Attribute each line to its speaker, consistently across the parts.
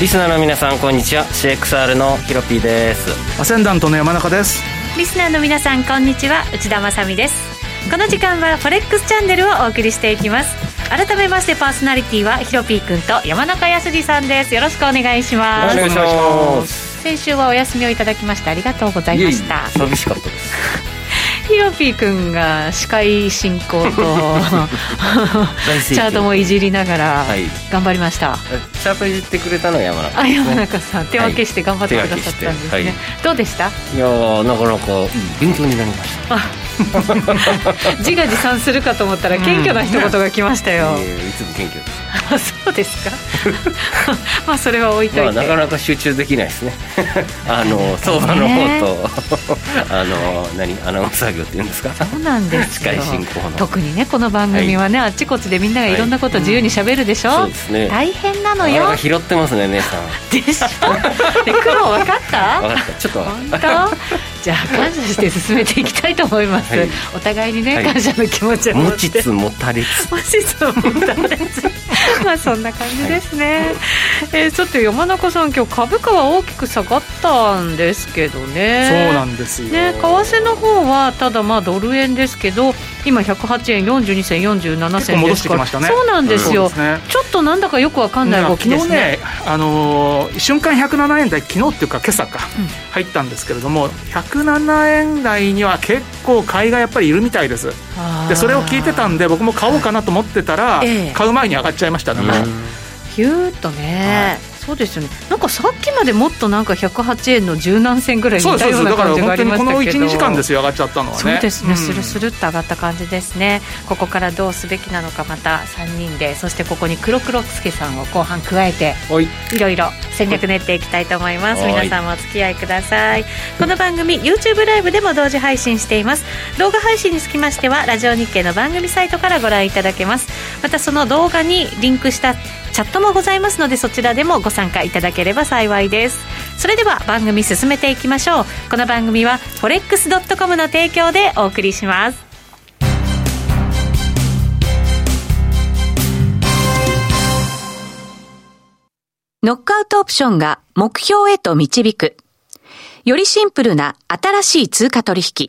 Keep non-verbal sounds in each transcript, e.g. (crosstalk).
Speaker 1: リスナーの皆さんこんにちは CXR のヒロピーです
Speaker 2: アセンダントの山中です
Speaker 3: リスナーの皆さんこんにちは内田まさみですこの時間はフォレックスチャンネルをお送りしていきます改めましてパーソナリティはヒロピーくんと山中康二さんですよろしくお願いしま
Speaker 1: お願い
Speaker 3: す
Speaker 1: します
Speaker 3: 先週はお休みをいただきましてありがとうございました
Speaker 1: 寂しかったです
Speaker 3: ヒロピーくんが司会進行
Speaker 1: (laughs)
Speaker 3: と
Speaker 1: 大盛況
Speaker 3: チャートもいじりながら
Speaker 1: はい
Speaker 3: 頑張りました、
Speaker 1: チャートいじってくれたのは山中
Speaker 3: あ山中さん手分けして頑張ってくださったんですね、
Speaker 1: はい手分け
Speaker 3: どうでした
Speaker 1: いやーなかなか勉強になりました
Speaker 3: 自画自賛するかと思ったら謙虚な一言が来ましたよ、
Speaker 1: いえいえいつも謙虚です
Speaker 3: あそうですか (laughs) まあそれは置いといて、
Speaker 1: まあなかなか集中できないですね (laughs) あ
Speaker 3: (laughs)
Speaker 1: の相場の方と (laughs) あの何アナウンス作業っていうんですか
Speaker 3: そうなんですよ
Speaker 1: 司会進行の
Speaker 3: 特にねこの番組はね、あっちこっちでみんながいろんなこと自由にしゃべるでしょ、
Speaker 1: そうですね
Speaker 3: 大変なの
Speaker 1: なかな
Speaker 3: よ
Speaker 1: か拾ってますね姉さん (laughs)
Speaker 3: でしょで苦労分かった
Speaker 1: 分かったちょっと
Speaker 3: 本当じゃあ感謝して進めていきたいと思います、
Speaker 1: はい
Speaker 3: お互いにね、
Speaker 1: はい
Speaker 3: 感謝の気持ちを持
Speaker 1: 持
Speaker 3: って
Speaker 1: ちつ持たれ
Speaker 3: (laughs)
Speaker 1: つ
Speaker 3: もしそう思ったら
Speaker 1: (laughs)
Speaker 3: 別にまあそんな感じですね、えーちょっと山中さん今日株価は大きく下がったんですけどね
Speaker 2: そうなんですよ、
Speaker 3: ね、為替の方はただまあドル円ですけど今108円42銭47
Speaker 2: 結構
Speaker 3: 銭
Speaker 2: 戻
Speaker 3: で
Speaker 2: し
Speaker 3: す
Speaker 2: て
Speaker 3: か
Speaker 2: き
Speaker 3: ら
Speaker 2: ましたね
Speaker 3: そうなんです
Speaker 2: そ
Speaker 3: よ、
Speaker 2: うですね
Speaker 3: ちょっとなんだかよくわかんない動きです
Speaker 2: 昨日ね
Speaker 3: ね、
Speaker 2: あのー瞬間107円台昨日っていうか今朝か、
Speaker 3: うん
Speaker 2: 入ったんですけれども107円台には結構買いがやっぱりいるみたいです
Speaker 3: あー
Speaker 2: でそれを聞いてたんで僕も買おうかなと思ってたら、
Speaker 3: ええ
Speaker 2: 買う前に上がっちゃいましたね、
Speaker 3: ヒューっとね、そうですよねなんかさっきまでもっとなんか108円の十何銭ぐらいに
Speaker 2: そう
Speaker 3: い
Speaker 2: です
Speaker 3: た
Speaker 2: そうで
Speaker 3: よう
Speaker 2: す
Speaker 3: な
Speaker 2: だか
Speaker 3: 感
Speaker 2: ら
Speaker 3: じがあ
Speaker 2: 本当
Speaker 3: り
Speaker 2: に
Speaker 3: ま
Speaker 2: こ
Speaker 3: したけど
Speaker 2: の12時間ですよ上がっちゃったのはね
Speaker 3: そうですね、
Speaker 2: ん
Speaker 3: スルスルっと上がった感じですねここからどうすべきなのかまた3人でそしてここに黒黒つけさんを後半加えて
Speaker 1: おい
Speaker 3: いろいろ戦略練っていきたいと思います
Speaker 1: はい
Speaker 3: 皆さんもお付き合いくださいこの番組 YouTube ライブでも同時配信しています動画配信につきましてはラジオ日経の番組サイトからご覧いただけますまたその動画にリンクしたチャットもございますのでそちらでもご参加いただければ幸いですそれでは番組進めていきましょうこの番組は forex.com の提供でお送りします
Speaker 4: ノックアウトオプションが目標へと導く。よりシンプルな新しい通貨取引。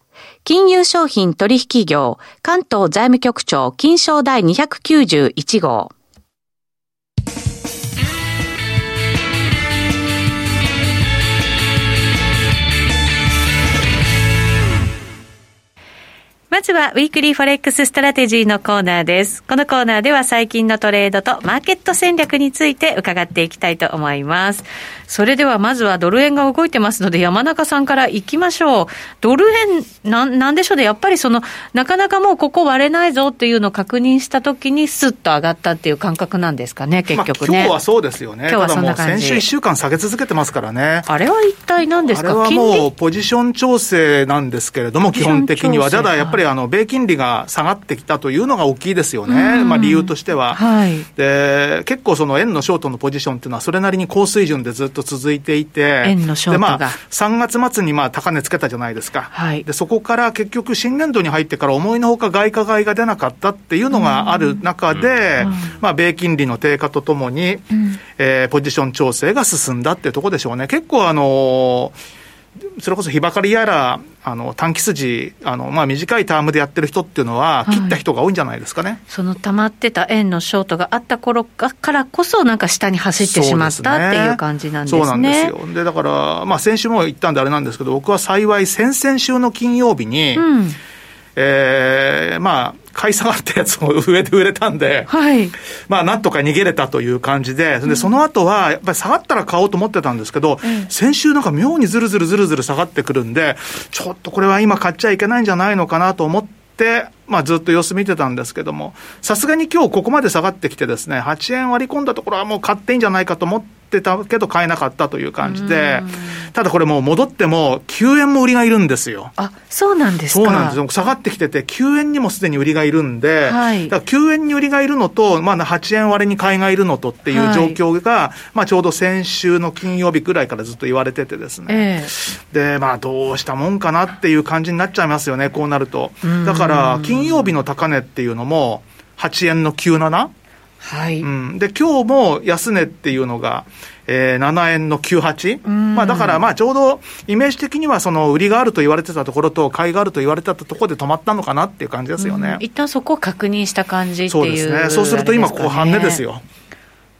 Speaker 4: 金融商品取引業、関東財務局長金賞第291号。
Speaker 3: まずは、ウィークリーフォレックスストラテジーのコーナーです。このコーナーでは最近のトレードとマーケット戦略について伺っていきたいと思います。それでは、まずはドル円が動いてますので、山中さんから行きましょう。ドル円、なん、なんでしょうね。やっぱりその、なかなかもうここ割れないぞっていうのを確認した時に、スッと上がったっていう感覚なんですかね、結局
Speaker 2: まあ、
Speaker 3: ね。
Speaker 2: 今日はそうですよね
Speaker 3: 今日はそんな
Speaker 2: ただもう先
Speaker 3: 感じ
Speaker 2: 週1週間下げ続けてますからね
Speaker 3: あれは一体何です
Speaker 2: あれ
Speaker 3: か
Speaker 2: は
Speaker 3: 金
Speaker 2: も
Speaker 3: 利
Speaker 2: うポジション調整なんですけれども、
Speaker 3: ポジ
Speaker 2: 基
Speaker 3: ション
Speaker 2: 本的には、
Speaker 3: 調整
Speaker 2: ただやっぱり、ああの米金利が下がってきたというのが大きいですよね、
Speaker 3: うん
Speaker 2: まあ、理由としては。
Speaker 3: はい。
Speaker 2: で結構その円のショートのポジションっていうのはそれなりに高水準でずっと続いていて
Speaker 3: 円のショート
Speaker 2: で、
Speaker 3: が
Speaker 2: まあ、3月末にまあ高値つけたじゃないですか、
Speaker 3: はい
Speaker 2: でそこから結局新年度に入ってから思いのほか外貨買いが出なかったっていうのがある中で、まあ、米金利の低下とともに、えーポジション調整が進んだっていうところでしょうね結構あのーそれこそ日ばかりやら、あの短期筋、あのまあ、短いタームでやってる人っていうのは、
Speaker 3: はい
Speaker 2: 切った人が多いんじゃないですかね。
Speaker 3: その溜まってた円のショートがあった頃かからこそ、なんか下に走ってしまったっていう感じなんですね。
Speaker 2: そうなんですよ。で、だから、まあ、先週も言ったんであれなんですけど、僕は幸い、先々週の金曜日に、
Speaker 3: うん。
Speaker 2: えーまあ、買い下がったやつを上で売れたんで、
Speaker 3: はい。
Speaker 2: まあ、なんとか逃げれたという感じで、で、その後は、やっぱり下がったら買おうと思ってたんですけど、先週なんか妙にずるずるずるずる下がってくるんで、ちょっとこれは今買っちゃいけないんじゃないのかなと思って、まあ、ずっと様子見てたんですけども、さすがに今日ここまで下がってきてですね、8円割り込んだところはもう買っていいんじゃないかと思ってたけど、買えなかったという感じで、ただこれもう戻っても9円も売りがいるんですよ。
Speaker 3: あ、そうなんです
Speaker 2: そ
Speaker 3: か。
Speaker 2: うなんですよ。下がってきてて、9円にもすでに売りがいるんで、
Speaker 3: はい
Speaker 2: だから9円に売りがいるのと、まあ、8円割れに買いがいるのとっていう状況が、まあ、ちょうど先週の金曜日くらいからずっと言われててですね。
Speaker 3: ええ
Speaker 2: で、まあ、どうしたもんかなっていう感じになっちゃいますよね、こうなると。だから、金曜日の高値っていうのも、8円の 97?
Speaker 3: はい。
Speaker 2: うん、で今日も安値っていうのが、えー7円の98、まあ、だからまあちょうどイメージ的にはその売りがあると言われてたところと、買いがあると言われてたところで止まったのかなっていう感じですよね。
Speaker 3: 一旦そこを確認した感じって
Speaker 2: そうで
Speaker 3: い
Speaker 2: す
Speaker 3: う。
Speaker 2: ね、そうすると今、ここ、半値です。よ。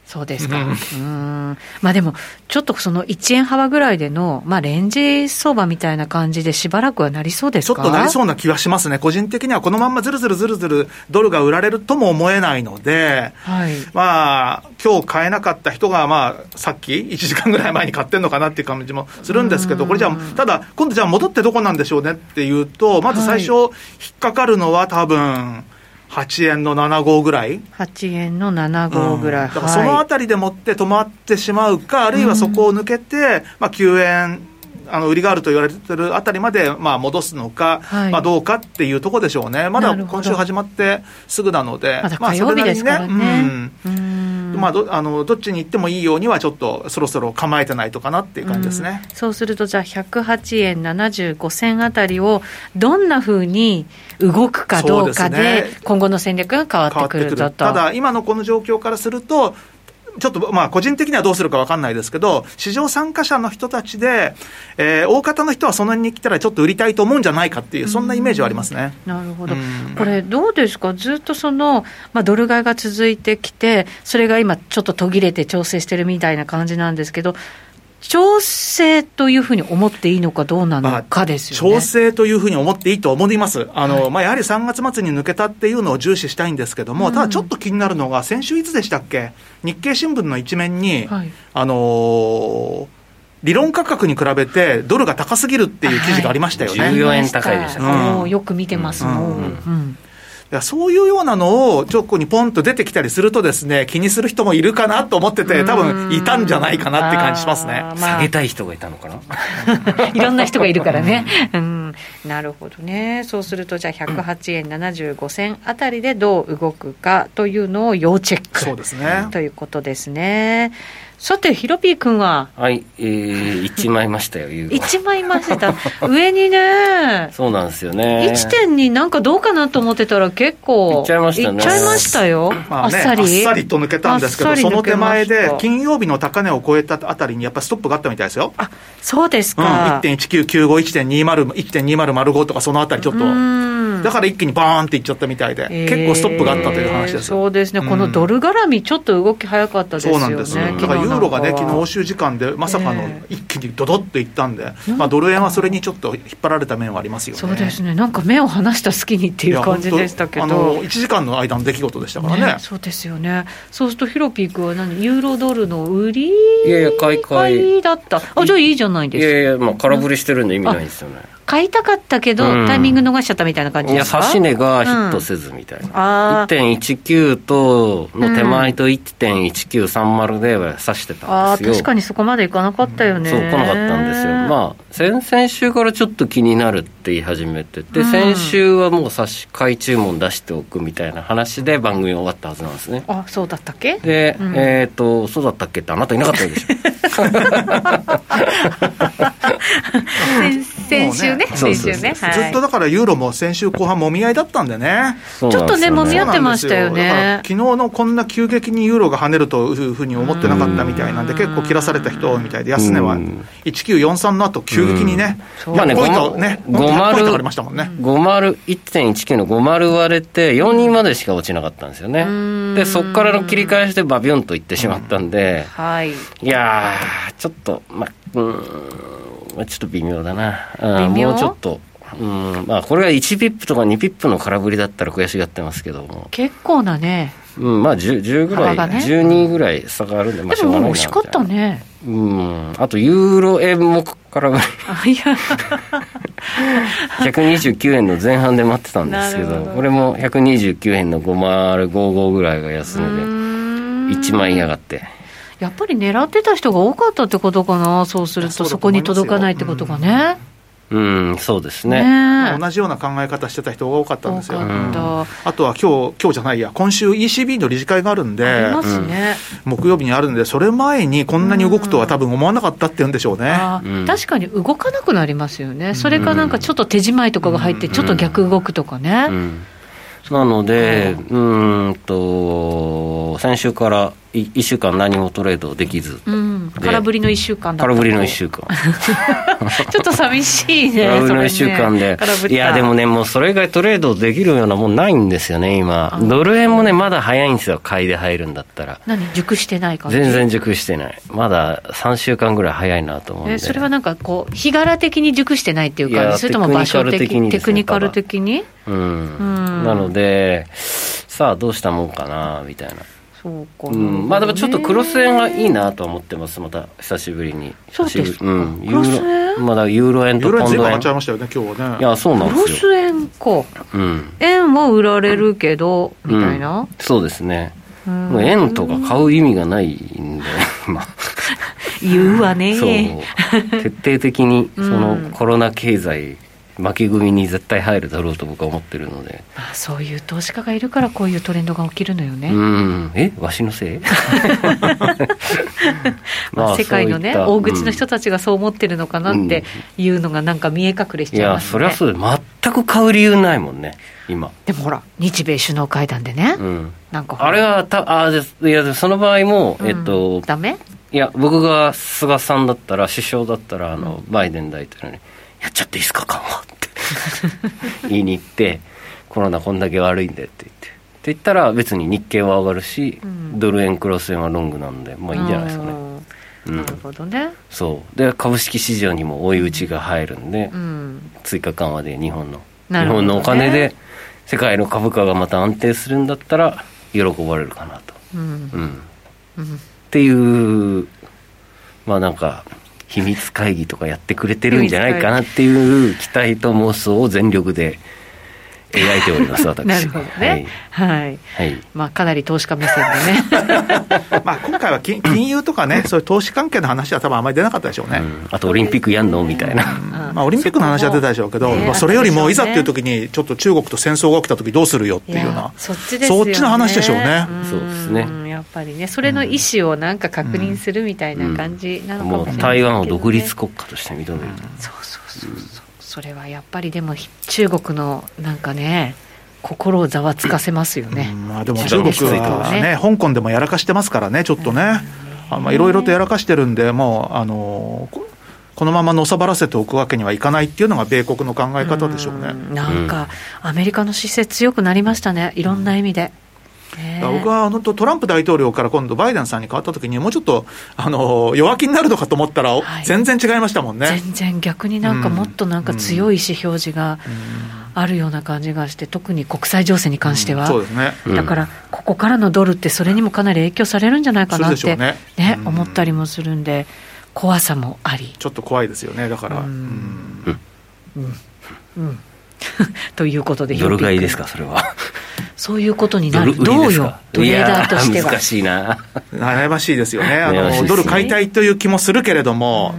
Speaker 3: そうですか。うーん。まあでも、ちょっとその1円幅ぐらいでの、まあレンジ相場みたいな感じでしばらくはなりそうで
Speaker 2: ち
Speaker 3: す
Speaker 2: ょっ
Speaker 3: か
Speaker 2: となりそううな気はしますね、個人的にはこのまんまずるずるずるずるドルが売られるとも思えないので、
Speaker 3: はい。
Speaker 2: まあ今日買えなかった人が、まあ、さっき1時間ぐらい前に買ってんのかなっていう感じもするんですけど、これじゃあ、ただ、今度じゃあ戻ってどこなんでしょうねっていうと、まず最初、引っかかるのは多分8円の75ぐらい。
Speaker 3: 8円の75ぐらい。
Speaker 2: うんだからそのあ
Speaker 3: はい。
Speaker 2: たりでもって止まってしまうか、あるいはそこを抜けて、まあ、9円。あの売りがあると言われてるあたりまで、まあ、戻すのか、
Speaker 3: はい
Speaker 2: まあ、どうかっていうとこでしょうね、ま
Speaker 3: な
Speaker 2: だ
Speaker 3: るほど
Speaker 2: 今週始まってすぐなので、
Speaker 3: まだ
Speaker 2: まあ
Speaker 3: 火曜日ですから
Speaker 2: それなりにねう
Speaker 3: ね
Speaker 2: ん。
Speaker 3: うーん
Speaker 2: まあ、どあのどっちに行ってもいいようには、ちょっとそろそろ構えてないとかなっていう感じですね。
Speaker 3: うんそうすると、じゃあ、108円75銭あたりを、どんなふうに動くかどうかで、
Speaker 2: そうですね
Speaker 3: 今後の戦略が変わってくるだと。
Speaker 2: ただ、今のこの状況からすると、ちょっとまあ個人的にはどうするか分かんないですけど、市場参加者の人たちで、えー大方の人はその辺に来たら、ちょっと売りたいと思うんじゃないかっていう、そんなイメージはありますね。
Speaker 3: なるほど
Speaker 2: うん、
Speaker 3: これ、どうですか、ずっとその、まあ、ドル買いが続いてきて、それが今、ちょっと途切れて調整してるみたいな感じなんですけど、調整というふうに思っていいのかどうなのかですよね。
Speaker 2: 調整というふうに思っていいと思います。あの、まあ、やはり3月末に抜けたっていうのを重視したいんですけども、ただちょっと気になるのが、先週いつでしたっけ日経新聞の一面に、
Speaker 3: はい
Speaker 2: あのー理論価格に比べてドルが高すぎるっていう記事がありましたよね。
Speaker 1: はい14円高いでした
Speaker 2: ね
Speaker 3: もうよく見てます、
Speaker 2: うん
Speaker 3: もう、
Speaker 2: うん
Speaker 3: うん
Speaker 2: いやそういうようなのを、ちょっこにポンと出てきたりするとですね、気にする人もいるかなと思ってて、多分いたんじゃないかなって感じしますね
Speaker 3: あ。ーまあ
Speaker 1: 下げたい人がいたのかない
Speaker 3: ろんな人 (laughs) がいるからね。うん、なるほどね。そうすると、じゃあ108円75銭あたりでどう動くかというのを要チェック。
Speaker 2: そうですね
Speaker 3: ということですね。さて、ヒロピー君は、
Speaker 1: はい、えー、1枚ましたよ、ユーロ。
Speaker 3: 一枚いま
Speaker 2: (laughs)
Speaker 3: した。上にね、
Speaker 1: そうなんですよね。
Speaker 3: 1点になんかどうかなと思ってたら結構。
Speaker 1: いっちゃいましたね
Speaker 3: いっちゃいましたよ。
Speaker 2: ま
Speaker 3: あ
Speaker 2: あ
Speaker 3: っ
Speaker 2: ね、
Speaker 3: さり。
Speaker 2: と抜けたんですけ
Speaker 3: あっ
Speaker 2: ど、
Speaker 3: さり
Speaker 2: そ
Speaker 3: 抜
Speaker 2: の
Speaker 3: け
Speaker 2: 手
Speaker 3: ま
Speaker 2: 前
Speaker 3: した
Speaker 2: で、金曜日の高値を超えたあたりに、やっぱストップがあったみたいですよ。
Speaker 3: あ、そうです
Speaker 2: うん、
Speaker 3: か。
Speaker 2: 1.1995、1.20、1.2005とか、そのあたりちょっと、
Speaker 3: うん
Speaker 2: だから一気にバーンっていっちゃったみたいで、
Speaker 3: えー
Speaker 2: 結構ストップがあったという話です。
Speaker 3: そうですね。
Speaker 2: うん
Speaker 3: このドル絡み、ちょっと動き早かったです
Speaker 2: そ
Speaker 3: よ
Speaker 2: う
Speaker 3: ね。
Speaker 2: なんです、
Speaker 3: 昨日
Speaker 2: だからユーロがね、
Speaker 3: なん
Speaker 2: 昨
Speaker 3: か
Speaker 2: 日
Speaker 3: は
Speaker 2: 欧州時間で、まさかの
Speaker 3: え
Speaker 2: 一気にドドッといったんで、まあ、ドル円はそれにちょっと引っ張られた面はありますよね。
Speaker 3: そうですね、なんか目を離した隙にって
Speaker 2: い
Speaker 3: い
Speaker 2: や
Speaker 3: う感じでしたけど、
Speaker 2: 本当あの1時間の間の出来事でしたからね
Speaker 3: ね、そうですよね、そうするとヒロピー君は何、ユーロドルの売り
Speaker 1: いやいや買い買い
Speaker 3: だった、あじゃあいいじゃない
Speaker 1: いや
Speaker 3: で
Speaker 1: いや、まあ、空振りしてるんで意味ないですよね。
Speaker 3: すか、買いたかったけど、
Speaker 1: うん
Speaker 3: タイミング逃しちゃったみたいな感じ
Speaker 1: い
Speaker 3: で
Speaker 1: や、
Speaker 3: すか
Speaker 1: 指値がヒットせずみたいな。
Speaker 3: あー
Speaker 1: 1.19と、の手前と1.1930で指して
Speaker 3: あ
Speaker 1: たん
Speaker 3: あ
Speaker 1: ですよ。
Speaker 3: 確かにそこまでいかなかったよね、
Speaker 1: そう、来なかったんですよ。
Speaker 3: あ
Speaker 1: まあ、先々週からちょっと気になるって言い始めてて、
Speaker 3: うん
Speaker 1: 先週はもう差し買い注文出しておくみたいな話で番組終わったはずなんですね。
Speaker 3: あそうだったっけ
Speaker 1: で、
Speaker 3: うん
Speaker 1: えっ、と、そうだったっけってあなたいなかったでし
Speaker 3: (laughs)
Speaker 1: ょ。
Speaker 3: 先先週ね
Speaker 2: もうね
Speaker 3: 先週ね
Speaker 1: そ
Speaker 3: は
Speaker 2: ず
Speaker 3: い
Speaker 2: っとだからユーロも先週後半もみ合いだったんでね。
Speaker 1: そうなんですよ
Speaker 3: ちょっとね揉み
Speaker 2: そ
Speaker 3: 合
Speaker 2: う
Speaker 3: っ
Speaker 2: なんです
Speaker 3: てましたよね
Speaker 2: だから昨日のこんな急激にユーロが跳ねるというふうに思ってなかったみたいなんで、
Speaker 3: うん
Speaker 2: 結構切らされた人多いみたいで、安値は
Speaker 1: うん
Speaker 2: 1943の後急激にね、
Speaker 3: うん
Speaker 1: まあね
Speaker 2: 100ポイントね、
Speaker 1: ごま
Speaker 2: 本当に
Speaker 1: ご
Speaker 2: 100ポイン
Speaker 1: まる
Speaker 2: ト上がりましたもんね。
Speaker 1: 50 1.19の50割れて4人までしか落ちなかったんですよね
Speaker 3: ん
Speaker 1: でそこからの切り返しでバビュンといってしまったんで、
Speaker 3: はい
Speaker 1: いやーちょっとまあうーんちょっと微妙だなあー
Speaker 3: 微妙
Speaker 1: もうちょっとうんまあこれが1ピップとか2ピップの空振りだったら悔しがってますけども、
Speaker 3: 結構なね
Speaker 1: うん、まあ 10, 10ぐらい、
Speaker 3: 幅がね
Speaker 1: 12ぐらい差があるんで、まあ、
Speaker 3: で
Speaker 1: しょう
Speaker 3: も
Speaker 1: が
Speaker 3: も
Speaker 1: な
Speaker 3: う
Speaker 1: いな
Speaker 3: 惜しかったね
Speaker 1: うんあとユーロ円も空振り
Speaker 3: あいや
Speaker 1: 129円の前半で待ってたんですけ
Speaker 3: なる
Speaker 1: ど
Speaker 3: ほど
Speaker 1: これも129円の5055ぐらいが安値
Speaker 3: う
Speaker 1: で
Speaker 3: ーん
Speaker 1: 1万円上がって
Speaker 3: やっぱり狙ってた人が多かったってことかなそうする
Speaker 2: そうだ
Speaker 3: と
Speaker 2: と
Speaker 3: そ
Speaker 2: 思
Speaker 3: こ
Speaker 2: いますよ
Speaker 3: に届かないってことがね
Speaker 1: うんそうです
Speaker 3: ね
Speaker 1: ね
Speaker 3: え
Speaker 2: 同じような考え方してた人が多かったん
Speaker 3: 多
Speaker 2: ですよ。う
Speaker 3: かっ
Speaker 2: ん
Speaker 3: た
Speaker 2: あとは今日、今日じゃないや、今週 ECB の理事会があるん
Speaker 3: あ
Speaker 2: で
Speaker 3: り、ますね、
Speaker 2: 木曜日にあるんで、それ前にこんなに動くとは多分思わなかったって言うんでしょうね。
Speaker 3: あー
Speaker 1: うん
Speaker 3: 確かに動かなくなりますよね、それかなんかちょっと手仕まいとかが入って、ちょっと逆動くとかね、
Speaker 1: うんなのでうーんと先週から1週間何もトレードできず
Speaker 3: うん、空振りの1週間だった
Speaker 1: 空振りの1週間
Speaker 3: (laughs) ちょっと寂しいね、
Speaker 1: 空振り
Speaker 3: それ
Speaker 1: の
Speaker 3: ね
Speaker 1: 1週間で
Speaker 3: 空振っ、た
Speaker 1: いや、でもね、もうそれ以外トレードできるようなもんないんですよね、今
Speaker 3: あ、ー
Speaker 1: ドル円もね、まだ早いんですよ、買いで入るんだったら、
Speaker 3: 何、熟してない感じ、
Speaker 1: 全然熟してない、まだ3週間ぐらい早いなと思うんで、
Speaker 3: えそれはなんかこう、日柄的に熟してないっていう
Speaker 1: い
Speaker 3: 感
Speaker 1: や
Speaker 3: じ、それとも場所
Speaker 1: テクニカル的に
Speaker 3: 的、
Speaker 1: です
Speaker 3: テ
Speaker 1: ね
Speaker 3: クニカル的に、
Speaker 1: うん、
Speaker 3: うん
Speaker 1: なので、さあ、どうしたもんかなみたいな、
Speaker 3: そうか、
Speaker 1: うん、まあでもちょっとクロス円がいいなとは思ってます、また久しぶりに、
Speaker 3: そうですか
Speaker 1: うん、ユ
Speaker 3: クロス
Speaker 1: ー
Speaker 3: 円
Speaker 1: ロまだユーロ円
Speaker 2: ユ
Speaker 1: と
Speaker 2: ーロ円
Speaker 1: ポン
Speaker 2: ずいぶ
Speaker 1: ド
Speaker 2: ん上が
Speaker 1: 円
Speaker 2: っちゃい、ましたよね、今日はいね。
Speaker 1: や、そう
Speaker 3: ク
Speaker 1: なんで
Speaker 3: ロ
Speaker 1: すよ、
Speaker 3: ス円か、
Speaker 1: うん、
Speaker 3: 円は売られるけど、みたい
Speaker 1: うん
Speaker 3: な、、
Speaker 1: そうですね、
Speaker 3: うん
Speaker 1: もう円とか買う意味がないん
Speaker 3: (laughs)
Speaker 1: で、今。
Speaker 3: 言うわね、
Speaker 1: そう徹底的にそ
Speaker 3: うん
Speaker 1: のコロナ経済負け組に絶対入るだろうと僕は思ってるので、
Speaker 3: まあ、そういう投資家がいるから、こういうトレンドが起きるのよね。
Speaker 1: うんえわしの
Speaker 3: (laughs)
Speaker 1: せい
Speaker 3: まあ、世界のね、
Speaker 1: そういった
Speaker 3: 大口の人たちがそう思ってるのかなっていうのが、なんか見え隠れし
Speaker 1: うんい
Speaker 3: ちゃい
Speaker 1: や
Speaker 3: ます
Speaker 1: そ
Speaker 3: よ
Speaker 1: りゃ
Speaker 3: ね。
Speaker 1: そうだ全く買う理由ないもんね今、
Speaker 3: でもほら、日米首脳会談でね、
Speaker 1: うん、
Speaker 3: なんかほら
Speaker 1: あれはたあーでいやでその場合も、
Speaker 3: うん
Speaker 1: えっと
Speaker 3: ダメ
Speaker 1: いや僕が菅さんだったら首相だったらあのバイデン大統領に「やっちゃっていいですか緩和」って
Speaker 3: (laughs)
Speaker 1: 言いに行って「コロナこんだけ悪いんで」って言って。って言ったら別に日経は上がるし、
Speaker 3: うん
Speaker 1: ドル円クロス円はロングなんでまあいいんじゃないですかね、
Speaker 3: う
Speaker 1: うんん
Speaker 3: なるほどね。
Speaker 1: そうで株式市場にも追い打ちが入るんで、
Speaker 3: うん。
Speaker 1: 追加緩和で日本の、
Speaker 3: な
Speaker 1: 日
Speaker 3: るほど
Speaker 1: 本
Speaker 3: ね
Speaker 1: のお金で世界の株価がまた安定するんだったら喜ばれるかなと
Speaker 3: うん。
Speaker 1: うん、
Speaker 3: うん
Speaker 1: っていうまあなんか秘密会議とかやってくれてるんじゃないかなっていう期待と妄想を全力で描いております
Speaker 3: (laughs)
Speaker 1: 私は
Speaker 3: なるほどね。はい。
Speaker 1: はい、はい
Speaker 3: まあ、かなり投資家目線で
Speaker 1: (laughs)
Speaker 3: ね。
Speaker 2: (laughs) まあ今回は金金融とか (laughs) ね、そういう投資関係の話は多分あまり出なかったでしょうね。
Speaker 1: うんあとオリンピックやんのみたいな
Speaker 3: うん
Speaker 2: まあ、オリンピックの話は出たでしょうけど、
Speaker 3: そこもね
Speaker 2: まあ、それよりもいざっていう
Speaker 3: あったで
Speaker 2: 時に、ちょっと中国と戦争が起きた時どうするよっていうような、
Speaker 3: そっちですよね
Speaker 2: そっちの話でしょうね
Speaker 3: ん
Speaker 1: そうですね
Speaker 3: やっぱりねそれの意思をなんか確認するみたいな感じなのか
Speaker 1: も
Speaker 3: もし
Speaker 1: う
Speaker 3: れないけどね、
Speaker 1: 台湾を独立国家として認める、
Speaker 3: そうそうそうそうそれはやっぱりでも中国のなんかね心をざわつかせますよね、
Speaker 2: うんまあ、でも
Speaker 1: 一
Speaker 2: 中
Speaker 1: 番
Speaker 2: 国
Speaker 1: きついとこ
Speaker 2: は
Speaker 3: ね
Speaker 2: ね、香港でもやらかしてますからね、ちょっとね、あまあいろいろとやらかしてるんで、もう、あのここのままのさばらせておくわけにはいかないっていうのが米国の考え方でしょうね。
Speaker 3: うんなんか、アメリカの姿勢強くなりましたねいろんな意味で、ねえ
Speaker 2: 僕は本当、トランプ大統領から今度、バイデンさんに変わった時に、もうちょっとあの弱気になるのかと思ったら、
Speaker 3: い
Speaker 2: 全然違いましたもんね。
Speaker 3: 全然逆になんか
Speaker 2: うん
Speaker 3: もっとなんか強い意思表示があるような感じがして特に国際情勢に関しては、
Speaker 2: そうですね
Speaker 1: うん
Speaker 3: だからここからのドルってそれにもかなり影響されるんじゃないかなっ
Speaker 2: そうで
Speaker 3: て
Speaker 2: しょうね
Speaker 3: ね
Speaker 2: うん
Speaker 3: 思ったりもするんで怖さもあり
Speaker 2: ちょっと怖いですよね、だから。
Speaker 3: うん
Speaker 2: うん
Speaker 3: ということで、
Speaker 1: ドル買い
Speaker 3: ヒロピー君
Speaker 1: ですか、それは。
Speaker 3: そういうことに
Speaker 1: ド
Speaker 3: な
Speaker 1: ル
Speaker 3: る。
Speaker 1: 売
Speaker 3: ど
Speaker 1: り
Speaker 3: う
Speaker 1: です
Speaker 3: よ
Speaker 1: か。、
Speaker 3: トレーダーとして
Speaker 1: いや
Speaker 3: は
Speaker 1: 難。しいな。
Speaker 2: 悩ましいですよね、あ
Speaker 1: 悩ましいです
Speaker 2: の
Speaker 1: ね
Speaker 2: ドル買いたいという気もするけれども、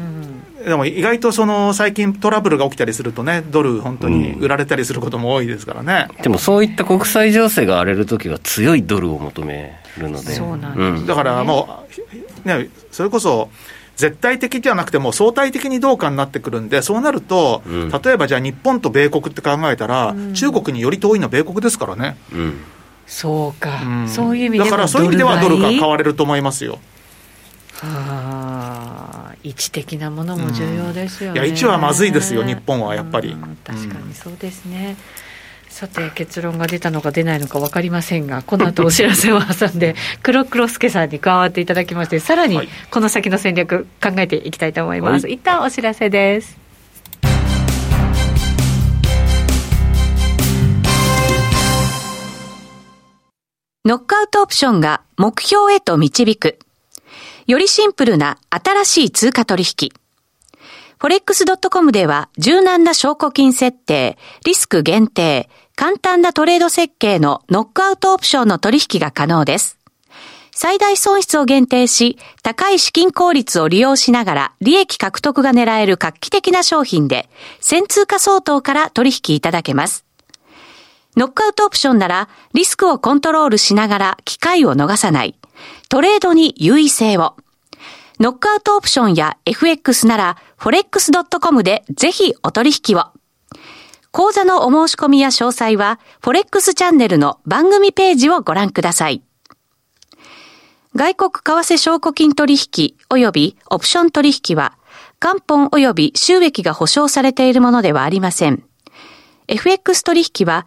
Speaker 2: でも意外とその最近、トラブルが起きたりするとね、ドル、本当に売られたりすることも多いですからね、
Speaker 1: (laughs) でもそういった国際情勢が荒れるときは強いドルを求めるので。
Speaker 3: そうなんですね
Speaker 2: だからもう、ね、それこそ絶対的じゃなくて、もう相対的にどうかになってくるんで、そうなると、
Speaker 1: うん
Speaker 2: 例えばじゃあ、日本と米国って考えたら、中国により遠いのは米国ですからね、
Speaker 1: うん。うん
Speaker 3: そうか、
Speaker 2: うん
Speaker 3: そういう意味で
Speaker 2: だからそういう意味ではドルが買
Speaker 3: わ
Speaker 2: われると思いますよ。
Speaker 3: あー位置的なものも重要ですよね、
Speaker 2: うんいや位置はまずいですよ日本はやっぱり
Speaker 3: うん確かにそうですね、さて結論が出たのか出ないのか分かりませんがこの後お知らせを挟
Speaker 2: (laughs)
Speaker 3: んで黒黒助さんに加わっていただきましてさら
Speaker 2: は
Speaker 3: に
Speaker 2: い
Speaker 3: この先の戦略考えていきたいと思います、一旦お知らせです
Speaker 4: ノックアウトオプションが目標へと導く。よりシンプルな新しい通貨取引。forex.com では柔軟な証拠金設定、リスク限定、簡単なトレード設計のノックアウトオプションの取引が可能です。最大損失を限定し、高い資金効率を利用しながら利益獲得が狙える画期的な商品で、1000通貨相当から取引いただけます。ノックアウトオプションならリスクをコントロールしながら機会を逃さない。トレードに優位性を。ノックアウトオプションや FX なら forex.com でぜひお取引を。講座のお申し込みや詳細は forex チャンネルの番組ページをご覧ください。外国為替証拠金取引及びオプション取引は元本及び収益が保証されているものではありません。FX 取引は、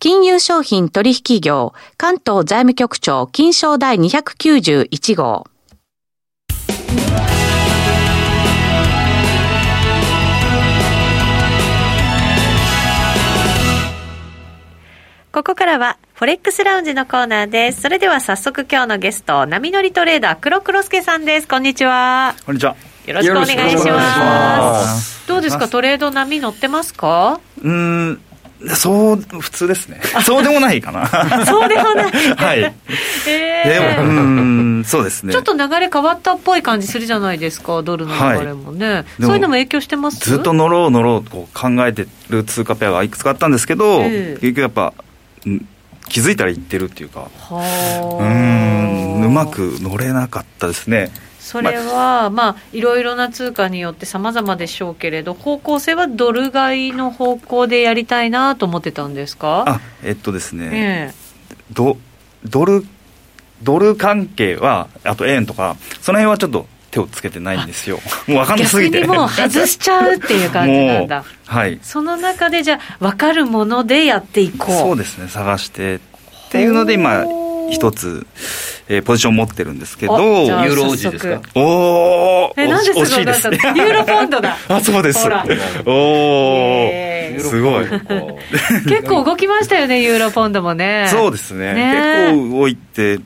Speaker 4: 金融商品取引業、関東財務局長、金賞第291号。
Speaker 3: ここからはフォレックスラウンジのコーナーですそれでは早速今日のゲスト波乗りトレーダー黒黒助さんですこんにちは
Speaker 5: こんにちは。
Speaker 3: よろしくお願いします
Speaker 5: よろしくお願いし
Speaker 2: ます
Speaker 3: どうですかトレード波乗ってますか
Speaker 5: うーん、そう、普通ですね。そうでもな
Speaker 3: (laughs)
Speaker 5: いかな。
Speaker 3: そうでもない
Speaker 5: はい。で
Speaker 3: え
Speaker 5: も、うーん、そうです
Speaker 3: ー
Speaker 5: ね。
Speaker 3: ちょっと流れ変わったっぽい感じするじゃないですかドルの流れもね、
Speaker 5: も
Speaker 3: そういうのも影響してます
Speaker 5: ずっと乗ろう乗ろうとこう考えてる通貨ペアがいくつかあったんですけど、
Speaker 3: ええ
Speaker 5: 結局やっぱ、ん気づいたら行ってるっていうか、う
Speaker 3: は
Speaker 5: ー
Speaker 3: あ
Speaker 5: ん、うまく乗れなかったですね。
Speaker 3: それはまあいろいろな通貨によって様々でしょうけれど方向性はドル買いの方向でやりたいなと思ってたんですか
Speaker 5: あ、えっとですね、
Speaker 3: え
Speaker 5: ドドル、ドル関係は、あと円とか、その辺はちょっと手をつけてないんですよ。もう分か
Speaker 3: え
Speaker 5: んなす
Speaker 3: 逆
Speaker 5: ぎて。
Speaker 3: にもう外しちゃうっていう感じなんだ
Speaker 5: もうはい。
Speaker 3: その中でじゃあ分かるものでやっていこう
Speaker 5: そうですね探してっていうので今
Speaker 3: ほう
Speaker 5: 一つ、えーポジション持ってるんですけど
Speaker 3: おじゃあ
Speaker 1: ユーロ王
Speaker 3: 早
Speaker 1: 子で
Speaker 3: 速
Speaker 1: すか
Speaker 5: おお
Speaker 3: えなんで
Speaker 5: 惜
Speaker 3: す
Speaker 5: し
Speaker 3: ご
Speaker 5: い
Speaker 3: い
Speaker 5: で
Speaker 3: なん
Speaker 5: す
Speaker 3: か
Speaker 5: ね
Speaker 3: ユーロポンドだ
Speaker 5: (laughs) あそうです
Speaker 3: ほら
Speaker 5: おお
Speaker 3: えー
Speaker 5: す (laughs) ごい
Speaker 3: 結構動きましたよねユーロポンドもね
Speaker 5: そうですね
Speaker 3: ね
Speaker 5: 結構動いて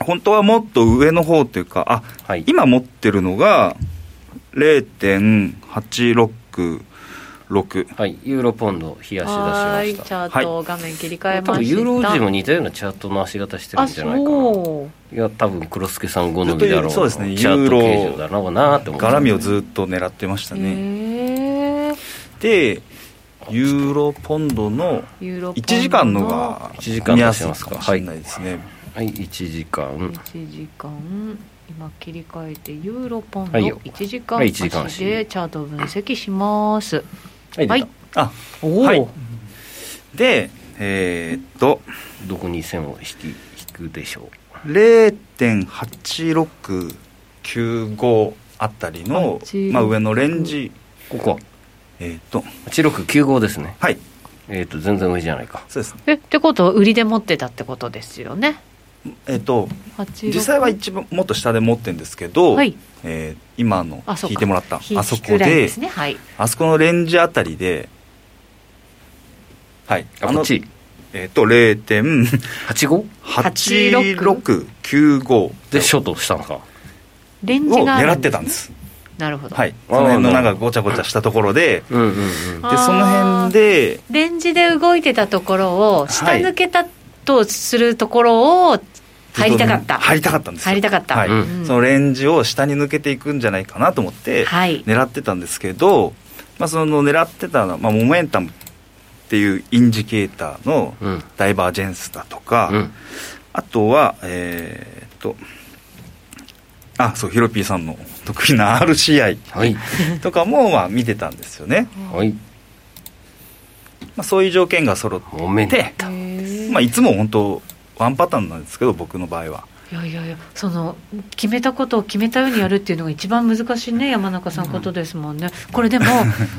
Speaker 5: 本当はもっと上の方というかあ、
Speaker 1: はい
Speaker 5: 今持ってるのが0.866
Speaker 1: はい、ユーロポンド、冷やし
Speaker 3: は
Speaker 1: 出
Speaker 3: い
Speaker 1: し
Speaker 3: チ
Speaker 1: ました。
Speaker 3: ャート画面切り替え
Speaker 1: 多
Speaker 3: ま
Speaker 1: 分
Speaker 3: した
Speaker 1: ユーロ時も似たようなチャートの足型してるん
Speaker 3: あ
Speaker 1: じゃないかな。
Speaker 3: そう
Speaker 1: いや、多分黒助さん好みだろうな。
Speaker 5: そうですね
Speaker 1: チャート
Speaker 5: ユ
Speaker 1: 形
Speaker 5: ーロ
Speaker 1: 状だろうなって思って。
Speaker 5: 絡みをずっと狙ってましたね、
Speaker 3: へー
Speaker 5: でユーロポンドの
Speaker 3: ユーロポンド
Speaker 5: 1時間のが
Speaker 1: 1時間
Speaker 5: 見
Speaker 1: 出
Speaker 5: や
Speaker 1: せ
Speaker 5: す
Speaker 1: ます
Speaker 5: い
Speaker 1: か
Speaker 5: かもしれないですね、
Speaker 1: はい、1時間。
Speaker 3: 1時間今切り替えてユーロポンド
Speaker 1: はいよ
Speaker 3: 1時間
Speaker 1: はい一時間
Speaker 3: 足でチャート分析します
Speaker 1: はい、
Speaker 3: は
Speaker 1: 出
Speaker 3: い
Speaker 1: た。
Speaker 5: あ
Speaker 3: おお、
Speaker 5: はいでえーっと
Speaker 1: どこに線を引き、引くでしょ
Speaker 5: 0.8695あたりの、
Speaker 3: 86
Speaker 5: まあ、上のレンジ、
Speaker 1: う。ここは。
Speaker 5: えっと、
Speaker 1: 8695ですね。
Speaker 5: はい、
Speaker 1: えっ、と、全然上じゃないか。
Speaker 5: そうですね。
Speaker 3: えってことは売りで持ってたってことですよね
Speaker 5: えっと、
Speaker 3: 86
Speaker 5: 実際は一番もっと下で持ってるんですけど、
Speaker 3: はい
Speaker 5: えー今の
Speaker 3: あそうか
Speaker 5: 引いてもらった
Speaker 3: ひ
Speaker 5: あそこ
Speaker 3: ひくらい
Speaker 5: で
Speaker 3: ですねはい
Speaker 5: あそこのレンジあたりで、はい、
Speaker 1: あ、
Speaker 5: の
Speaker 1: こっち。
Speaker 5: えっと、
Speaker 1: 85?
Speaker 5: 0.8695
Speaker 1: で、ショートしたのか。
Speaker 3: レン
Speaker 5: を
Speaker 3: ジがある
Speaker 5: 狙
Speaker 3: ん
Speaker 5: って
Speaker 3: です
Speaker 5: たんです。
Speaker 3: なるほど、
Speaker 5: はい、
Speaker 1: あー
Speaker 5: その辺のなんかごちゃごちゃしたところで、
Speaker 1: うんうんうん。
Speaker 3: あ
Speaker 5: で
Speaker 3: ー
Speaker 5: その辺で、
Speaker 3: レンジで動いてたところを下抜けたとするところを入りたかった、
Speaker 5: 入りたかったんですよ
Speaker 3: 入りたかった
Speaker 5: はい
Speaker 1: うん
Speaker 5: そのレンジを下に抜けていくんじゃないかなと思って
Speaker 3: はい
Speaker 5: 狙ってたんですけど、まあ、その狙ってたのは、まあ、モメンタムっていうインジケーターの
Speaker 1: うん
Speaker 5: ダイバージェンスだとか、
Speaker 1: うん。
Speaker 5: あとはえーっとあそうヒロピーさんの得意な RCI
Speaker 1: はい。
Speaker 5: とかもまあ見てたんですよね、
Speaker 1: はい。
Speaker 5: まあ、そういう条件が揃っ
Speaker 1: モメンタム
Speaker 5: て、まあ、いつも本当ワンパターンなんですけど僕の場合は。
Speaker 3: いやいやいやその決めたことを決めたようにやるっていうのが一番難しいね山中さんことですもんね、これでも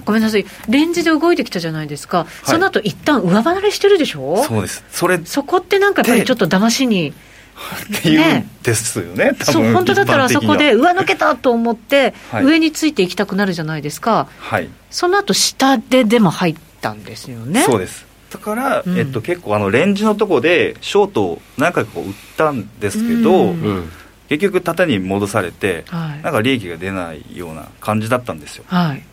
Speaker 3: ごめんなさいレンジで動いてきたじゃないですか、その後一旦上離れしてるでしょ
Speaker 5: そうですそれ
Speaker 3: そこってなんかやっぱりちょっと騙しに
Speaker 5: っていうんですよね多分
Speaker 3: そう本当だったらあ
Speaker 5: 一般
Speaker 3: そ
Speaker 5: 的には
Speaker 3: こで上抜けたと思って、
Speaker 5: はい
Speaker 3: 上についていきたくなるじゃないですか
Speaker 5: はい、
Speaker 3: その後下ででも入ったんですよね
Speaker 5: そうですだから、
Speaker 3: うん
Speaker 5: えっと、結構あのレンジのとこでショートを何回かこう打ったんですけど、
Speaker 3: うん
Speaker 1: うん。
Speaker 5: 結局縦に戻されて、
Speaker 3: はい
Speaker 5: なんか利益が出ないような感じだったんですよ
Speaker 3: はい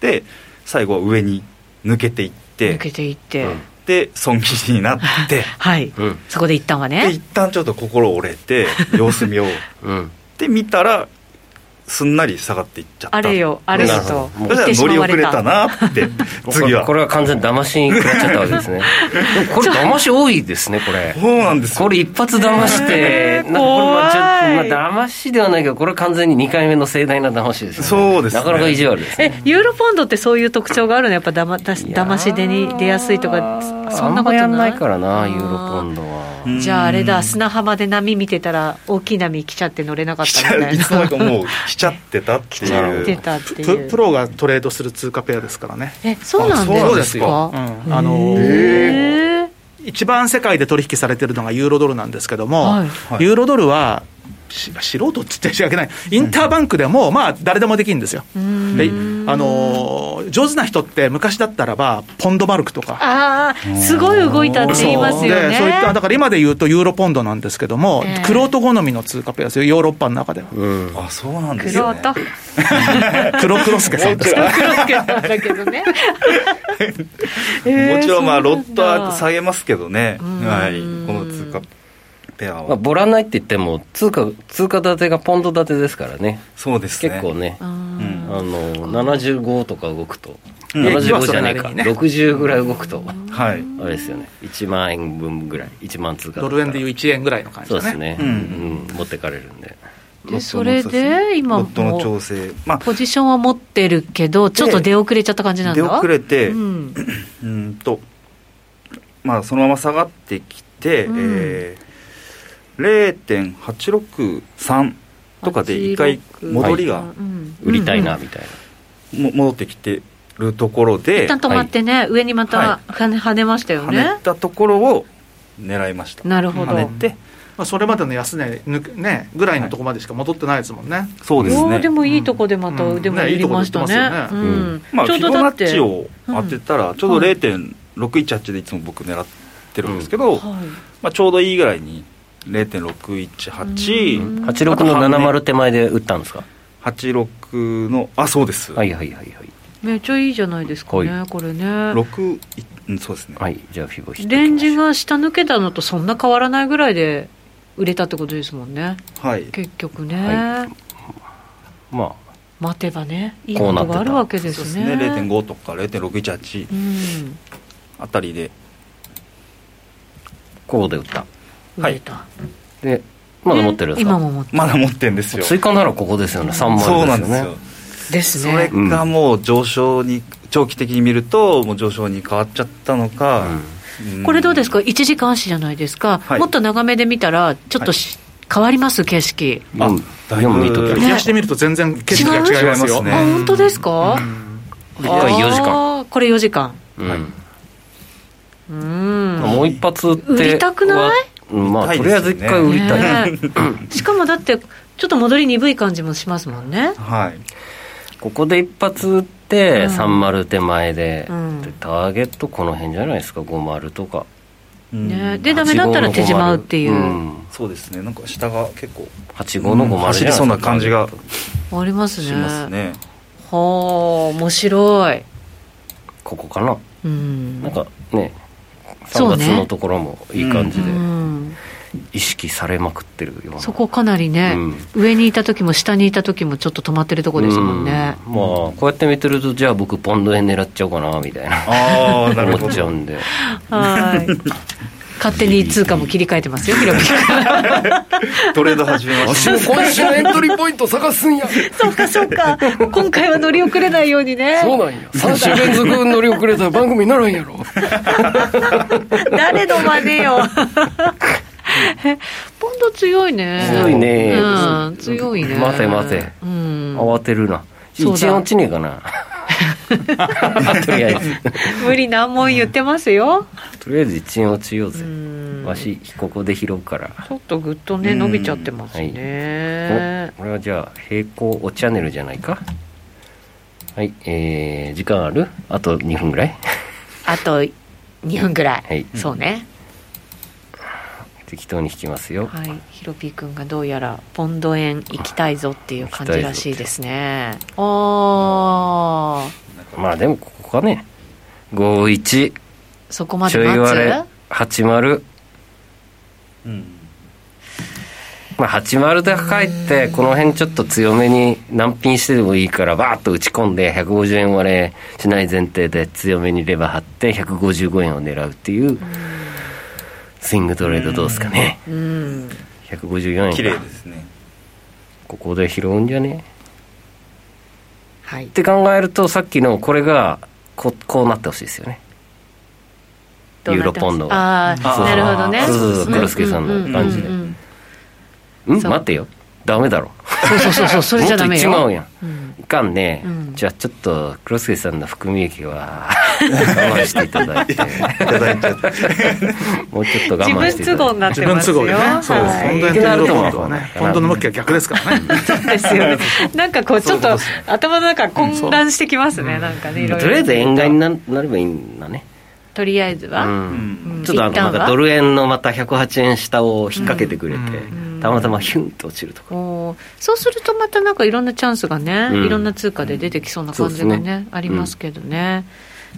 Speaker 5: で最後は上に抜けていっ
Speaker 3: 抜
Speaker 5: て
Speaker 3: けていって、
Speaker 1: うん
Speaker 5: で損切りに
Speaker 3: (laughs)
Speaker 5: なって
Speaker 3: はい、
Speaker 1: うん。
Speaker 3: そこで一旦は
Speaker 5: で
Speaker 3: ね
Speaker 5: 一旦ちょっと心折れ
Speaker 3: (laughs)
Speaker 5: て様子見よう
Speaker 1: うん。
Speaker 5: で見たらすんなり下がっていっちゃった
Speaker 3: あれよあれよ
Speaker 1: なる
Speaker 3: と
Speaker 1: ほ
Speaker 5: そ
Speaker 3: 言っ
Speaker 5: し
Speaker 3: たて
Speaker 5: ら
Speaker 3: し
Speaker 5: 乗
Speaker 3: ま
Speaker 5: り
Speaker 3: わ
Speaker 5: 遅
Speaker 3: れ
Speaker 5: れ
Speaker 3: た
Speaker 5: たなって
Speaker 1: (laughs)
Speaker 5: 次は
Speaker 1: これは完全に騙しに食らっちゃったわけです
Speaker 3: (laughs)
Speaker 1: ね。でもこれ騙し多いですね、これ。
Speaker 5: そうなんですよ
Speaker 1: これ一発騙して、
Speaker 3: え
Speaker 1: な
Speaker 3: ー
Speaker 1: んかこれまあち
Speaker 3: (laughs) 怖
Speaker 1: ょっ
Speaker 3: い
Speaker 1: と、まあ、騙しではないけど、これ完全に2回目の盛大な騙しですよね。
Speaker 5: そうですね
Speaker 1: なかなか意地悪ですね。
Speaker 3: えユーロポンドってそういう特徴があるのやっぱだまだし
Speaker 1: いやー
Speaker 3: 騙し出に出やすいとかそんなこと
Speaker 1: あ
Speaker 3: ない
Speaker 1: やんないからな、ユーロポン
Speaker 3: ド
Speaker 1: ドは。
Speaker 5: うん
Speaker 3: じゃああれだ砂浜で波見てたら大きい波来ちゃって乗れなかっ
Speaker 5: 来
Speaker 3: た
Speaker 5: ち
Speaker 3: みた
Speaker 5: ゃ
Speaker 3: い
Speaker 5: う (laughs) い
Speaker 3: な
Speaker 5: つの間にかもう来ちゃってたって
Speaker 3: 来ちゃ
Speaker 5: い
Speaker 3: っ
Speaker 5: う
Speaker 3: てたってい
Speaker 2: プ
Speaker 3: う
Speaker 2: プロがトレードする通貨ペアですからね
Speaker 3: えそうなんです
Speaker 5: あ
Speaker 3: か
Speaker 5: そうですよ
Speaker 2: うんあの
Speaker 3: へー
Speaker 2: 一番世界で取引されてるのがユーロドルなんですけども、
Speaker 3: はい
Speaker 5: はい
Speaker 2: ユーロドルはし素人って言ってし訳ないインターバンクでもまあ誰でもできるんですよ、であのー上手な人って昔だったらばポンドマルクとか
Speaker 3: ああすごい動いたって言いますよ
Speaker 2: で
Speaker 3: ね
Speaker 2: そういっただから今で言うとユーロポンドなんですけども、
Speaker 3: ええ
Speaker 2: クロート好みの通貨ペアですよヨーロッパの中では
Speaker 1: うん。
Speaker 5: あそうなんで
Speaker 3: ク
Speaker 5: す
Speaker 3: ロ
Speaker 5: よ、ね
Speaker 3: ー、ト
Speaker 2: 黒黒助さんですか
Speaker 3: 黒助さんだけどね
Speaker 5: もちろんま
Speaker 3: そう
Speaker 5: あロ
Speaker 3: なんだ
Speaker 5: ットは下げますけどね、
Speaker 3: ん
Speaker 5: はい、この通貨ペア
Speaker 1: まあ、
Speaker 5: は
Speaker 1: ボラないって言っても、通貨、通貨建てがポンド建てですからね。
Speaker 5: そうですね
Speaker 1: 結構ね。
Speaker 5: う
Speaker 1: あ
Speaker 5: ん、
Speaker 1: の、75とか動くと。
Speaker 5: うん
Speaker 1: 75じゃないか。
Speaker 2: 要はそれなりにね
Speaker 1: 60ぐらい動くと。
Speaker 5: はい
Speaker 1: あれですよね。1万円分ぐらい。1万通貨だ
Speaker 2: ド
Speaker 1: った
Speaker 2: ル
Speaker 1: ら
Speaker 2: 円でいう1円ぐらいの感じ
Speaker 1: そ
Speaker 2: で
Speaker 1: う
Speaker 2: す
Speaker 1: で
Speaker 2: ね
Speaker 1: すね。
Speaker 5: う
Speaker 1: うんん、持ってかれるんで。
Speaker 5: ロットの
Speaker 3: でそれで今
Speaker 5: ロットの
Speaker 3: も
Speaker 5: 調
Speaker 3: う
Speaker 5: 整まあ
Speaker 3: ポジションは持ってるけどちょっと出遅れちゃった感じなんだ
Speaker 5: 出遅れて
Speaker 3: う
Speaker 5: うんんとまあそのまま下がってきて、
Speaker 3: うん
Speaker 5: えー、0.863とかで一回戻りが
Speaker 3: うん
Speaker 1: 売りたいな、
Speaker 3: うん
Speaker 1: みたいな。
Speaker 5: も戻ってきてるところで
Speaker 3: 一旦止まってね上にまた跳ね跳ねましたよ
Speaker 5: 跳
Speaker 3: ね
Speaker 5: ねたところを狙いました
Speaker 3: なるほど
Speaker 5: 跳ねて
Speaker 2: まあ、それまでの安値抜けねぐらいのとこまでしか戻ってないですもんね、
Speaker 5: そうです
Speaker 3: お
Speaker 5: ね
Speaker 3: ーでもいいとこでまた
Speaker 2: うん
Speaker 3: 腕も入りました
Speaker 2: ねいいとこで売ってま
Speaker 3: ね
Speaker 2: すよ
Speaker 1: ね
Speaker 3: うん
Speaker 5: まあ、フィボ
Speaker 3: だ
Speaker 5: ナ
Speaker 3: っ
Speaker 5: ッチを当てたら、ちょうど
Speaker 3: はい
Speaker 5: 0.618でいつも僕狙ってるんですけど、
Speaker 3: はい
Speaker 5: まあ、ちょうどいいぐらいに0.618、
Speaker 3: うん
Speaker 1: 86の70手前で売ったんですか
Speaker 5: 86のあそうです、
Speaker 1: はいはいはいはい。
Speaker 3: めっちゃいいじゃないですかね
Speaker 1: は
Speaker 3: これね
Speaker 5: 6いうんそうですね、
Speaker 1: はい、じゃあフィボ引いておきましょう
Speaker 3: レンジが下抜けたのとそんな変わらないぐらいで売れたってことですもんね
Speaker 5: はい
Speaker 3: 結局ね、
Speaker 1: はまあ、
Speaker 3: 待てばねいい
Speaker 1: こ
Speaker 3: こ
Speaker 1: うな
Speaker 3: と
Speaker 1: ってた
Speaker 3: があるわけで
Speaker 5: そうですす
Speaker 3: ね
Speaker 5: ね0.5とか0.618
Speaker 3: うん
Speaker 5: あたりで、
Speaker 1: こうで売った。
Speaker 3: 売れた、
Speaker 1: で、まだ持ってるんですか
Speaker 3: 今も持って
Speaker 5: まだ持ってるんですよ
Speaker 1: 追加ならここですよね、3万ですよね。
Speaker 5: そうなんですよ
Speaker 3: です
Speaker 5: そ
Speaker 3: ね
Speaker 5: れがもう上昇に長期的に見るともう上昇に変わっちゃったのか、うん
Speaker 3: これどうですか1時間足じゃないですか、
Speaker 5: はい
Speaker 3: もっと長めで見たらちょっとし、変わります景色
Speaker 1: あ、
Speaker 5: あだいぶ
Speaker 1: 4見とけ
Speaker 2: 冷やしてみると全然景色が違いますよ
Speaker 5: 違いますね
Speaker 3: あ本当ですか、
Speaker 1: 一回4時間、
Speaker 3: あーこれ4時間
Speaker 1: うん
Speaker 3: うん
Speaker 1: もう一発って
Speaker 3: 売りたくない
Speaker 1: わうんまあ、
Speaker 5: 売り
Speaker 1: と
Speaker 5: たい
Speaker 1: りあえ
Speaker 5: で
Speaker 1: ず
Speaker 5: すよね
Speaker 1: 一回売りたい、
Speaker 3: ね
Speaker 5: (laughs)
Speaker 3: えしかもだってちょっと戻り鈍い感じもしますもんね
Speaker 5: はい
Speaker 1: ここで一発打って
Speaker 3: うん
Speaker 1: 30手前で,、
Speaker 3: うん
Speaker 1: でターゲットこの辺じゃないですか50とか
Speaker 5: うん
Speaker 3: ねでダメだったら手締まうっていう、
Speaker 1: ん
Speaker 5: そうですねなんか下が結構
Speaker 1: 85の50じゃないです
Speaker 5: 走
Speaker 1: か
Speaker 5: りそうな感じが
Speaker 3: ありますね
Speaker 5: しますね
Speaker 3: はあ面白い
Speaker 1: ここかな
Speaker 3: うん
Speaker 1: なんかね
Speaker 3: そ
Speaker 1: 3
Speaker 3: うね
Speaker 1: 月のところもいい感じ
Speaker 3: う
Speaker 1: で
Speaker 3: ん、
Speaker 1: 意識されまくってるような
Speaker 3: そこかなりね、
Speaker 1: う
Speaker 3: 上にいた時も下にいた時もちょっと止まってるとこですもんね、
Speaker 1: うんまあこうやって見てるとじゃあ僕ポンド円狙っちゃおうかなみたいな
Speaker 5: ああなるほ
Speaker 1: 思っちゃ
Speaker 5: ど
Speaker 1: うんで
Speaker 5: (laughs)
Speaker 3: はい勝手に通貨も切り替えてますよ、ひろき
Speaker 5: (laughs) トレード始めました
Speaker 6: 今週エントリーポイント探すん
Speaker 1: (laughs)
Speaker 6: や
Speaker 3: そうか、そう (laughs) か、今回は乗り遅れないようにね、
Speaker 6: そうなんや3週連続乗り遅れたら番組にならんやろ
Speaker 3: 誰の真似よ。ポンド強いね。
Speaker 1: 強いね
Speaker 3: うん、強いね。
Speaker 1: 待て待て
Speaker 3: うん。
Speaker 1: 慌てるな一
Speaker 3: そうだ
Speaker 1: 円落ちねえかな (laughs) とりあえ
Speaker 3: 無理難問言ってますよ。
Speaker 1: ずとりあえず一円落ちようぜ
Speaker 3: うん。
Speaker 1: わしここで拾うから
Speaker 3: ちょっとぐっとね、伸びちゃってますね。
Speaker 1: おこれはじゃあ平行おチャンネルじゃないかはいえー、時間あるあと2分ぐらい
Speaker 3: あと2分ぐらい。
Speaker 1: はい
Speaker 3: そうね。
Speaker 1: 適当に引きますよ、
Speaker 3: はい。ヒロピー君がどうやら、ポンド円行きたいぞっていう感じらしいですね。あー。
Speaker 1: まあでもここかね51
Speaker 3: そこま
Speaker 1: ち
Speaker 3: で
Speaker 1: ょい
Speaker 3: 待
Speaker 1: 割れ
Speaker 3: つ
Speaker 1: 80
Speaker 5: うん
Speaker 1: まあ、80で帰って、この辺ちょっと強めに難品してでもいいから、バーッと打ち込んで、150円割れしない前提で強めにレバー張って、155円を狙うっていう、スイングトレードどうですかね。
Speaker 3: うん。
Speaker 1: 154
Speaker 5: 綺
Speaker 1: 円
Speaker 5: 麗
Speaker 1: か
Speaker 5: で。すね
Speaker 1: ここで拾うんじゃね
Speaker 3: はい
Speaker 1: っ。て考えると、さっきのこれが、ここうなってほしいですよね。
Speaker 3: どうなってます
Speaker 1: ユーロポンド
Speaker 3: ああ
Speaker 5: そう
Speaker 3: なるほどね
Speaker 1: そうそうそう
Speaker 3: うん
Speaker 1: 黒助さんの感じで
Speaker 3: うんうんうん
Speaker 1: ん
Speaker 3: そう
Speaker 1: 待てよ。ダメだろ。
Speaker 3: そうそうそうそうそれじゃダメよ
Speaker 1: もっと1万やん。
Speaker 3: うん
Speaker 1: いかんね、
Speaker 3: うん
Speaker 1: じゃあちょっと黒助さんの含み益は我慢していた
Speaker 3: (laughs)
Speaker 1: だいてもうちょっと我慢していただいて
Speaker 2: 自
Speaker 3: 自分都合になってま
Speaker 2: 分
Speaker 3: す
Speaker 2: 都
Speaker 3: よ
Speaker 2: 合でね、そう、
Speaker 3: はい
Speaker 2: 本当にやってることはね、本当の向きは逆ですからね。
Speaker 3: そうです
Speaker 1: (laughs)
Speaker 3: よねなんかこうちょっと頭の中混乱してきますねなんかねいろいろ
Speaker 1: とりあえず円買いにななればいいんだね、
Speaker 3: とりあえず
Speaker 1: う
Speaker 3: は
Speaker 5: うんん
Speaker 3: うん
Speaker 1: ちょっとあの
Speaker 3: 一旦
Speaker 1: な
Speaker 3: は
Speaker 1: んかドル円のまた108円下を引っ掛けてくれて、たまたまヒュンと落ちるとか、
Speaker 3: おーそうするとまたなんかいろんなチャンスがね、
Speaker 1: うん
Speaker 3: いろんな通貨で出てきそうな感じが
Speaker 1: そうで
Speaker 3: ね、ありますけどね、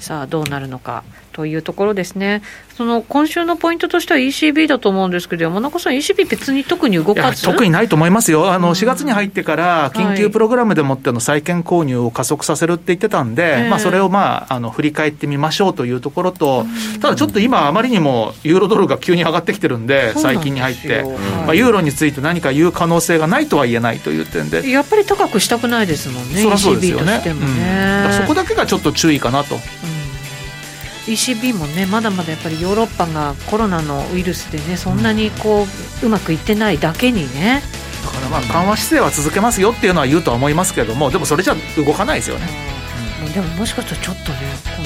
Speaker 3: さあどうなるのかというところですねその今週のポイントとしては ECB だと思うんですけど山中さん ECB 別に特に動
Speaker 2: いや
Speaker 3: かず
Speaker 2: 特にないと思いますよ、あ
Speaker 3: うん
Speaker 2: の4月に入ってから、緊急プログラムでもっての債券購入を加速させるって言ってたんで、
Speaker 3: ええ
Speaker 2: まあ、それを、まあ、あの振り返ってみましょうというところと、ただちょっと今、あまりにもユーロドルが急に上がってきてるんで、
Speaker 3: そうなん
Speaker 2: 最
Speaker 3: ですよ
Speaker 2: 近に入って、
Speaker 3: はい
Speaker 2: まあ、ユーロについて何か言う可能性がないとは言えないという点で。
Speaker 3: やっぱり高くしたくないですもんね
Speaker 2: そりゃそうです
Speaker 3: ECB
Speaker 2: よ
Speaker 3: と
Speaker 2: ね
Speaker 3: し。ても
Speaker 2: うん
Speaker 3: ね
Speaker 2: だ、からそこだけがちょっと注意かなと。
Speaker 3: うん ECB もねまだまだやっぱりヨーロッパがコロナのウイルスでねそんなにこううまくいってないだけにね
Speaker 2: だからまあ緩和姿勢は続けますよっていうのは言うとは思いますけども、でもそれじゃ動かないですよね。
Speaker 3: もうでももしかしたらちょっとね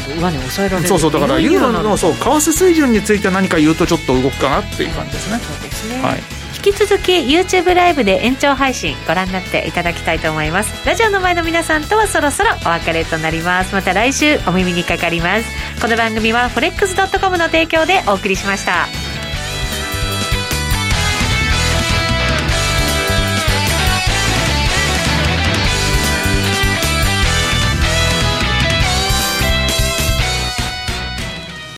Speaker 3: 今度上値抑えられる
Speaker 2: そうそう、だからユーロ
Speaker 3: そ
Speaker 2: の
Speaker 3: う
Speaker 2: そう為替水準について何か言うと、ちょっと動くかなっていう感じですね。
Speaker 3: ですね、
Speaker 2: はい
Speaker 3: 引き続き YouTube ライブで延長配信ご覧になっていただきたいと思いますラジオの前の皆さんとはそろそろお別れとなりますまた来週お耳にかかりますこの番組は forex.com の提供でお送りしました